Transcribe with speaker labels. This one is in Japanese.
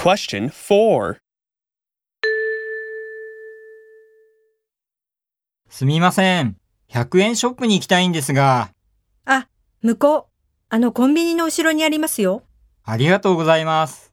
Speaker 1: Question 4.
Speaker 2: すみません。100円ショップに行きたいんですが、
Speaker 3: あ、向こう。あのコンビニの後ろにありますよ。
Speaker 2: ありがとうございます。